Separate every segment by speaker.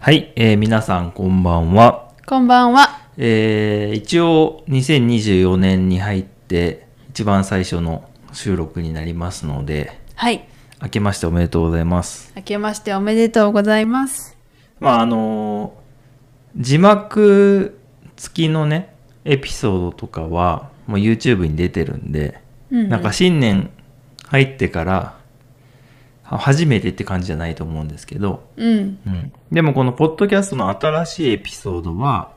Speaker 1: はい、えー皆さんこんばんは。
Speaker 2: こんばんは。
Speaker 1: えー一応2024年に入って一番最初の収録になりますので、
Speaker 2: はい。
Speaker 1: 明けましておめでとうございます。
Speaker 2: 明けましておめでとうございます。
Speaker 1: まああのー字幕付きのね、エピソードとかはもう YouTube に出てるんで、
Speaker 2: う
Speaker 1: なんか新年入ってからは初めてって感じじゃないと思うんですけど、
Speaker 2: うん。
Speaker 1: うん、でもこのポッドキャストの新しいエピソードは、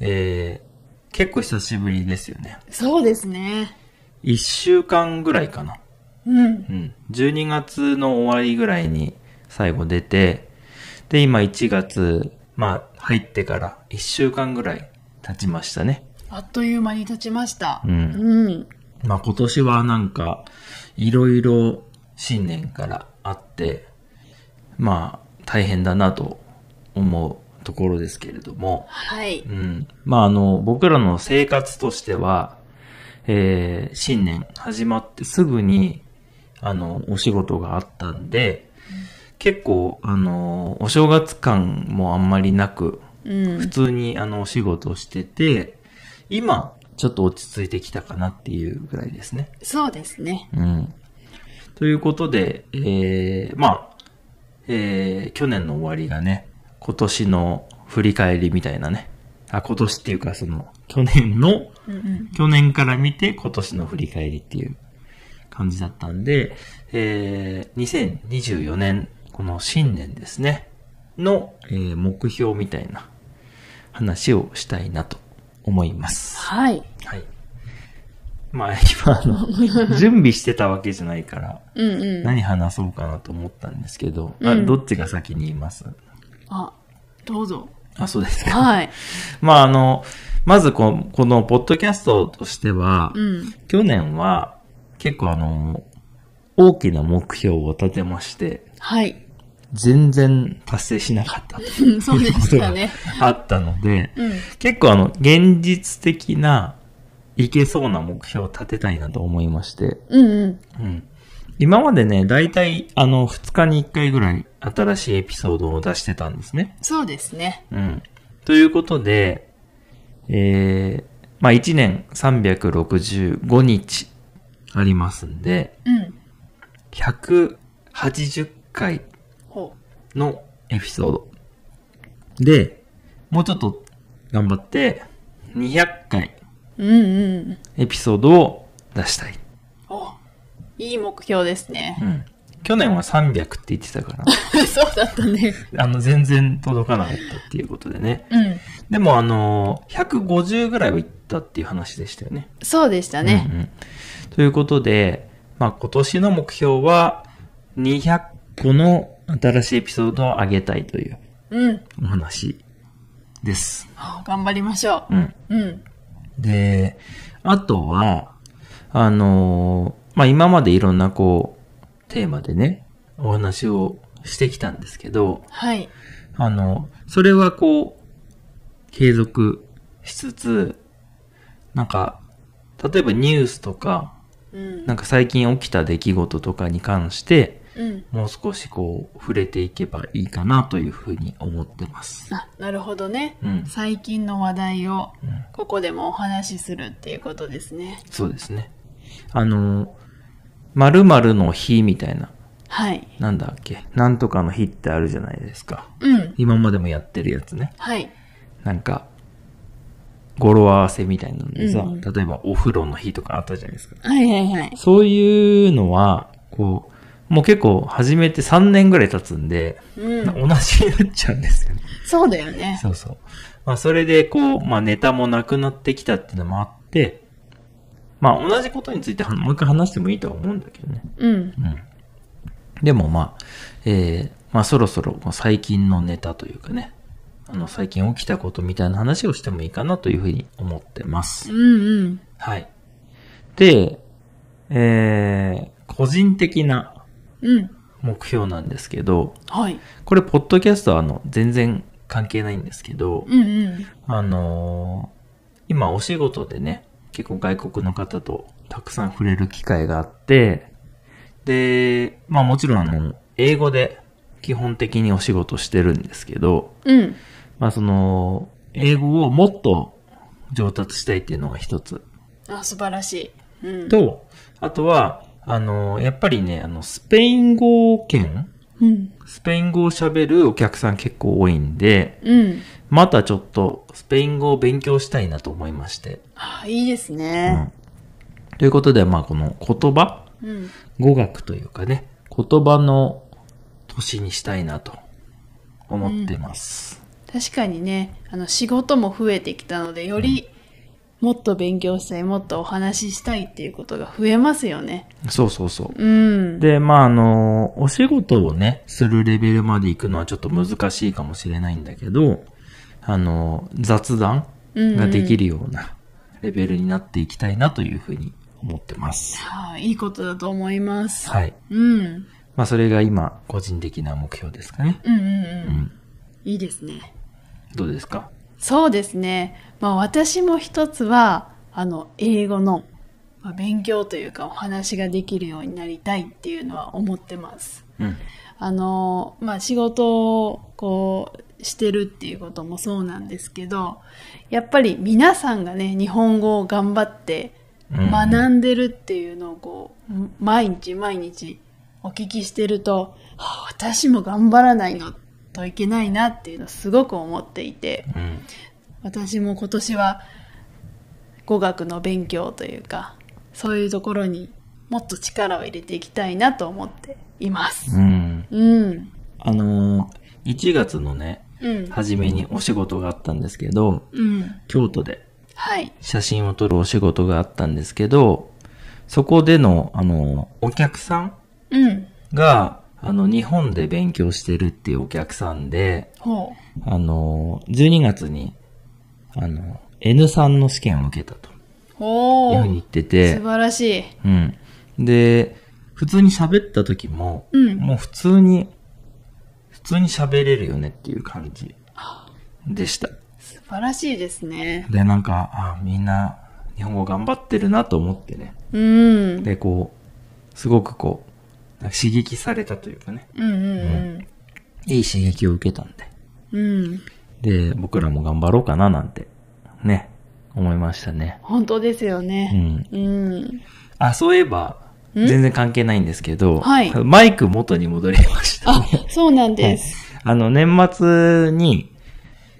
Speaker 1: えー、結構久しぶりですよね。
Speaker 2: そうですね。
Speaker 1: 1週間ぐらいかな。
Speaker 2: うん
Speaker 1: う。ん。12月の終わりぐらいに最後出て、で、今1月、まあ、入ってから1週間ぐらい経ちましたね。
Speaker 2: あっという間に立ちました。
Speaker 1: うん
Speaker 2: うん。
Speaker 1: まあ今年はなんか、いろいろ新年からあって、まあ大変だなと思うところですけれども、
Speaker 2: はい。
Speaker 1: うん。まああの、僕らの生活としては、えー新年始まってすぐに、あの、お仕事があったんで、結構、あの、お正月感もあんまりなく、
Speaker 2: うん
Speaker 1: 普。通にあのお仕事をしてて、今、ちょっと落ち着いてきたかなっていうぐらいですね。
Speaker 2: そうですね。
Speaker 1: うん。ということで、えー、まあ、えー、去年の終わりがね、今年の振り返りみたいなね。あ、今年っていうかその、去年の、
Speaker 2: うんうん。
Speaker 1: 去年から見て今年の振り返りっていう感じだったんで、えー、2024年、この新年ですね、の、えー目標みたいな話をしたいなと思います。
Speaker 2: はい。
Speaker 1: はい。まあ、 今、あ の、準備してたわけじゃないから、
Speaker 2: うんうん。
Speaker 1: 何話そうかなと思ったんですけど、
Speaker 2: う
Speaker 1: あ
Speaker 2: ん
Speaker 1: どっちが先に言います
Speaker 2: あ、どうぞ。
Speaker 1: あ、そうですか。
Speaker 2: はい。
Speaker 1: まあ、あの、まずこの、この、ポッドキャストとしては、
Speaker 2: うん。
Speaker 1: 去年は、結構あの、大きな目標を立てまして、
Speaker 2: はい。
Speaker 1: 全然達成しなかったという
Speaker 2: うん そうでしたね。
Speaker 1: ことがあったので、
Speaker 2: うん。
Speaker 1: 結構あの、現実的な、いけそうな目標を立てたいなと思いまして、
Speaker 2: うんうん。
Speaker 1: うん。今までね、だいたい、あの、2日に1回ぐらい、新しいエピソードを出してたんですね。
Speaker 2: そうですね。
Speaker 1: うん。ということで、えー、まあ、1年365日ありますんで、
Speaker 2: うん。
Speaker 1: 180回
Speaker 2: ほ
Speaker 1: のエピソード。で、もうちょっと頑張って、200回
Speaker 2: う。うんうん。
Speaker 1: エピソードを出したい。
Speaker 2: おいい目標ですね
Speaker 1: う。ん。去年は300って言ってたから。
Speaker 2: そうだったね。
Speaker 1: あの、全然届かなかったっていうことでね。
Speaker 2: うん。
Speaker 1: でも、あの、150ぐらいはいったっていう話でしたよね。
Speaker 2: そうでしたね。
Speaker 1: うんうんということで、まあ、今年の目標は、200個の新しいエピソードを上げたいという
Speaker 2: うん。
Speaker 1: お話です。
Speaker 2: あ頑張りましょ
Speaker 1: うん。
Speaker 2: う。うん。
Speaker 1: で、あとは、あのーまあ、今までいろんなこう、テーマでね、お話をしてきたんですけど、
Speaker 2: はい。
Speaker 1: あの、それはこう、継続しつつ、なんか、例えばニュースとか、
Speaker 2: うん。
Speaker 1: なんか最近起きた出来事とかに関して、
Speaker 2: うん。
Speaker 1: もう少しこう、触れていけばいいかなというふうに思ってます。
Speaker 2: あ、なるほどね。
Speaker 1: うん。
Speaker 2: 最近の話題を
Speaker 1: うん
Speaker 2: ここでもお話しするっていうことですね。
Speaker 1: そうですね。あの、〇〇の日みたいな、
Speaker 2: はい。
Speaker 1: なんだっけ、なんとかの日ってあるじゃないですか。
Speaker 2: うん。
Speaker 1: 今までもやってるやつね。
Speaker 2: はい。
Speaker 1: なんか、語呂合わせみたいなのでさ、
Speaker 2: うんうん
Speaker 1: 例えばお風呂の日とかあったじゃないですか。
Speaker 2: はいはいはい。
Speaker 1: そういうのは、こう、もう結構始めて3年ぐらい経つんで、
Speaker 2: うん。
Speaker 1: 同じになっちゃうんですよね。
Speaker 2: そうだよね。
Speaker 1: そうそう。まあそれでこう、まあネタもなくなってきたっていうのもあって、まあ同じことについてはもう一回話してもいいとは思うんだけどね。
Speaker 2: うん。
Speaker 1: うん。でもまあ、えー、まあそろそろこう最近のネタというかね、あの最近起きたことみたいな話をしてもいいかなというふうに思ってます。
Speaker 2: うんうん。
Speaker 1: はい。で、えー、個人的な
Speaker 2: うん。
Speaker 1: 目標なんですけど、
Speaker 2: はい。
Speaker 1: これポッドキャストはあの全然関係ないんですけど、
Speaker 2: うんうん。
Speaker 1: あのー今お仕事でね、結構外国の方とたくさん触れる機会があって、で、まあもちろんあの、英語で基本的にお仕事してるんですけど、
Speaker 2: うん。
Speaker 1: まあその、英語をもっと上達したいっていうのが一つ。
Speaker 2: あ、素晴らしい。うん。
Speaker 1: と、あとは、あの、やっぱりね、あの、スペイン語圏
Speaker 2: うん。
Speaker 1: スペイン語を喋るお客さん結構多いんで、
Speaker 2: うん。
Speaker 1: またちょっとスペイン語を勉強したいなと思いまして。
Speaker 2: あ、いいです
Speaker 1: う
Speaker 2: ね
Speaker 1: ん。ということで、まあこの言葉、
Speaker 2: うん。
Speaker 1: 語学というかね、言葉の年にしたいなと思ってます。
Speaker 2: 確かにね、あの、仕事も増えてきたので、より、もっと勉強したい、もっとお話ししたいっていうことが増えますよね。
Speaker 1: そうそうそう。
Speaker 2: うん。
Speaker 1: で、まあ、あの、お仕事をね、するレベルまで行くのはちょっと難しいかもしれないんだけど、あの、雑談ができるようなレベルになっていきたいなというふうに思ってます。
Speaker 2: はい、いいことだと思います。
Speaker 1: はい。
Speaker 2: うん。うん
Speaker 1: まあ、それが今、個人的な目標ですかね。
Speaker 2: うんうん。
Speaker 1: うん。
Speaker 2: いいですね。
Speaker 1: どうですか
Speaker 2: そうですね。まあ私も一つは、あの、英語の、まあ、勉強というかお話ができるようになりたいっていうのは思ってます。
Speaker 1: うん。
Speaker 2: あの、まあ仕事をこうしてるっていうこともそうなんですけど、やっぱり皆さんがね、日本語を頑張って
Speaker 1: うん
Speaker 2: 学んでるっていうのをこう、毎日毎日お聞きしてると、はあ私も頑張らないのといけないなっていうのをすごく思っていて、
Speaker 1: うん。
Speaker 2: 私も今年は語学の勉強というか、そういうところにもっと力を入れていきたいなと思っています。
Speaker 1: うん。
Speaker 2: うん。
Speaker 1: あのー、1月のね、
Speaker 2: うん。
Speaker 1: 初めにお仕事があったんですけど、
Speaker 2: うん。
Speaker 1: 京都で
Speaker 2: はい。
Speaker 1: 写真を撮るお仕事があったんですけど、そこでの、あの、お客さん
Speaker 2: うん。
Speaker 1: が、あの、日本で勉強してるっていうお客さんで、
Speaker 2: ほ
Speaker 1: あの、12月に、あの、N3 の試験を受けたと
Speaker 2: う。ほ
Speaker 1: いうふうに
Speaker 2: う
Speaker 1: 言。って
Speaker 2: 素
Speaker 1: て、
Speaker 2: 晴らしい。
Speaker 1: うん。で、普通に喋った時も、
Speaker 2: うん
Speaker 1: もう普通に、普通に喋れるよねっていう感じでした。
Speaker 2: 素晴らしいですね。
Speaker 1: で、なんか、あ、みんな、日本語頑張ってるなと思ってね。
Speaker 2: うん。
Speaker 1: で、こう、すごくこう、なんか刺激されたというかね、
Speaker 2: うんうん
Speaker 1: いい刺激を受けたん
Speaker 2: うん。うん。
Speaker 1: で。で、僕らも頑張ろうかななんて、ね、思いましたね。
Speaker 2: 本当ですよ
Speaker 1: う
Speaker 2: ね。
Speaker 1: ん。
Speaker 2: うん。
Speaker 1: あ、そういえば、
Speaker 2: ん
Speaker 1: 全然関係ないんですけど、
Speaker 2: はい
Speaker 1: マイク元に戻りました、
Speaker 2: あ
Speaker 1: ね。、
Speaker 2: そうなんです。
Speaker 1: あの、年末に、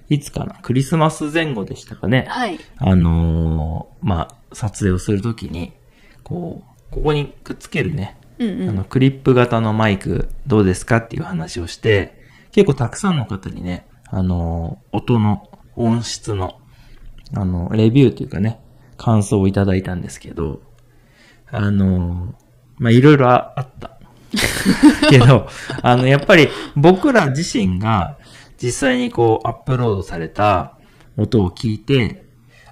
Speaker 1: いつかな、クリスマス前後でしたかね。
Speaker 2: はい。
Speaker 1: あのーまあ、撮影をするときに、こう、ここにくっつけるね、
Speaker 2: うんう
Speaker 1: あ
Speaker 2: ん。
Speaker 1: の、クリップ型のマイクどうですかっていう話をして、結構たくさんの方にね、あの、音の、音質の、あの、レビューというかね、感想をいただいたんですけど、あの、まあ、いろいろああ った。けど、あの、やっぱり僕ら自身が実際にこうアップロードされた音を聞いて、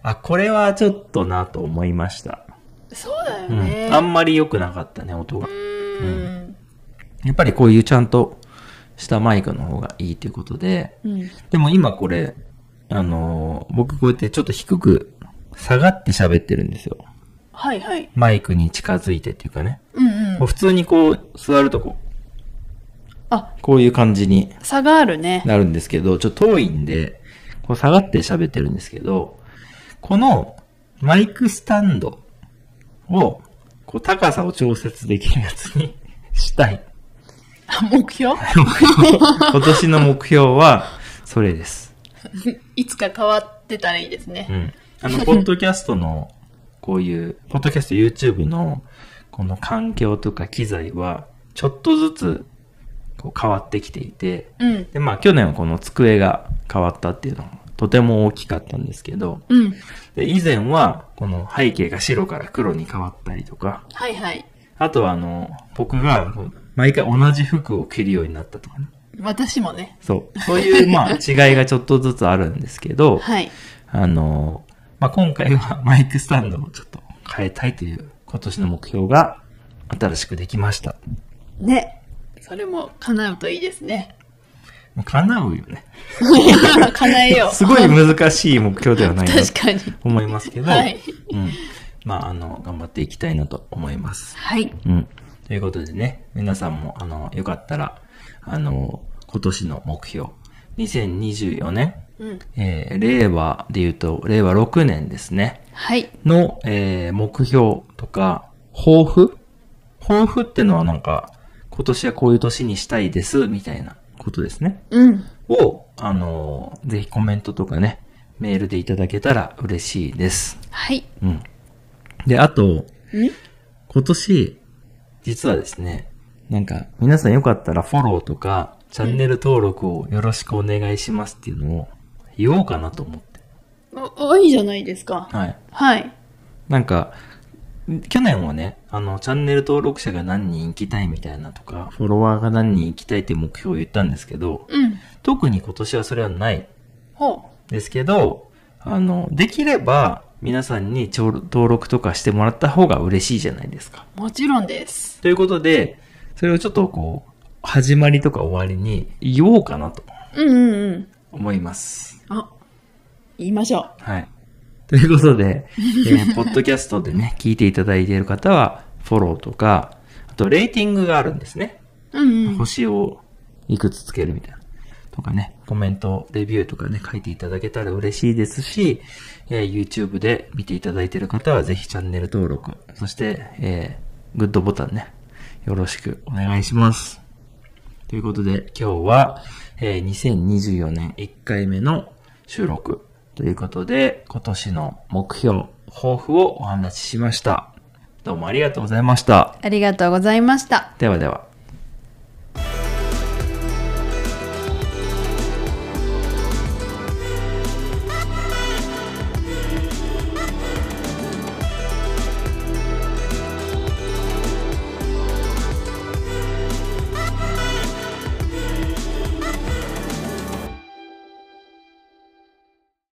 Speaker 1: あ、これはちょっとなと思いました。
Speaker 2: そうだよ
Speaker 1: うん。
Speaker 2: ね。
Speaker 1: あんまり良くなかったね、音が。
Speaker 2: うん。
Speaker 1: やっぱりこういうちゃんとしたマイクの方がいいということで、
Speaker 2: うん。
Speaker 1: でも今これ、あのー僕こうやってちょっと低く下がって喋ってるんですよ。
Speaker 2: はいはい。
Speaker 1: マイクに近づいてっていうかね。
Speaker 2: うんうん。
Speaker 1: もう普通にこう座るとこ
Speaker 2: あ、
Speaker 1: う、こういう感じに
Speaker 2: 差があるね。
Speaker 1: なるんですけど、ちょっと遠いんで、こう下がって喋ってるんですけど、このマイクスタンドを、こう高さを調節できるやつにした い。
Speaker 2: あ目標
Speaker 1: 今年の目標は、それです。
Speaker 2: いつか変わってたらいいですね。
Speaker 1: うん。あの、ポッドキャストの、こういう、ポッドキャスト YouTube の、この環境とか機材は、ちょっとずつ、こう変わってきていて、
Speaker 2: うん。
Speaker 1: で、まあ去年はこの机が変わったっていうのが、とても大きかったんですけど、
Speaker 2: うん。
Speaker 1: で、以前は、この背景が白から黒に変わったりとか、
Speaker 2: はいはい。
Speaker 1: あとはあの、僕が、こう毎回同じ服を着るようになったとかね。
Speaker 2: 私もね。
Speaker 1: そう。そういう、まあ、違いがちょっとずつあるんですけど、
Speaker 2: はい。
Speaker 1: あの、まあ、今回はマイクスタンドをちょっと変えたいという今年の目標が新しくできました。
Speaker 2: ね。それも叶うといいですね。
Speaker 1: もう叶うよね。
Speaker 2: 叶えよ う。
Speaker 1: すごい難しい目標ではないなと
Speaker 2: 確かに。
Speaker 1: 思いますけど、
Speaker 2: はい
Speaker 1: うん。まあ、あの、頑張っていきたいなと思います。
Speaker 2: はい。
Speaker 1: うん。ということでね、皆さんも、あの、よかったら、あの、今年の目標。2024年、
Speaker 2: うん。
Speaker 1: えー令和で言うと、令和6年ですね。
Speaker 2: はい。
Speaker 1: の、えー目標とか、抱負抱負ってのはなんか、今年はこういう年にしたいです、みたいなことですね。
Speaker 2: うん。
Speaker 1: を、あのーぜひコメントとかね、メールでいただけたら嬉しいです。
Speaker 2: はい。
Speaker 1: うん。で、あと、
Speaker 2: ん
Speaker 1: 今年、実はですね、なんか、皆さんよかったらフォローとか、チャンネル登録をよろしくお願いしますっていうのを言おうかなと思って。
Speaker 2: お、おいいじゃないですか。
Speaker 1: はい。
Speaker 2: はい。
Speaker 1: なんか、去年はね、あの、チャンネル登録者が何人行きたいみたいなとか、フォロワーが何人行きたいっていう目標を言ったんですけど、
Speaker 2: うん。
Speaker 1: 特に今年はそれはない
Speaker 2: ほ
Speaker 1: ですけど、あの、できれば皆さんにちょう登録とかしてもらった方が嬉しいじゃないですか。
Speaker 2: う。もちろんです。
Speaker 1: ということで、それをちょっとこう、始まりとか終わりに言おうかなと
Speaker 2: うんうんうん。
Speaker 1: 思います。
Speaker 2: あ、言いましょう。
Speaker 1: はい。ということで、えーポッドキャストでね、聞いていただいている方は、フォローとか、あと、レーティングがあるんですね。
Speaker 2: うんうん。
Speaker 1: 星をいくつつけるみたいな。とかね、コメント、レビューとかね、書いていただけたら嬉しいですし、えー YouTube で見ていただいている方はぜひチャンネル登録、そして、えーグッドボタンね、よろしくお願いします。ということで、今日は、えー2024年1回目の収録ということで、今年の目標、抱負をお話ししました。どうもありがとうございました。
Speaker 2: ありがとうございました。
Speaker 1: ではでは。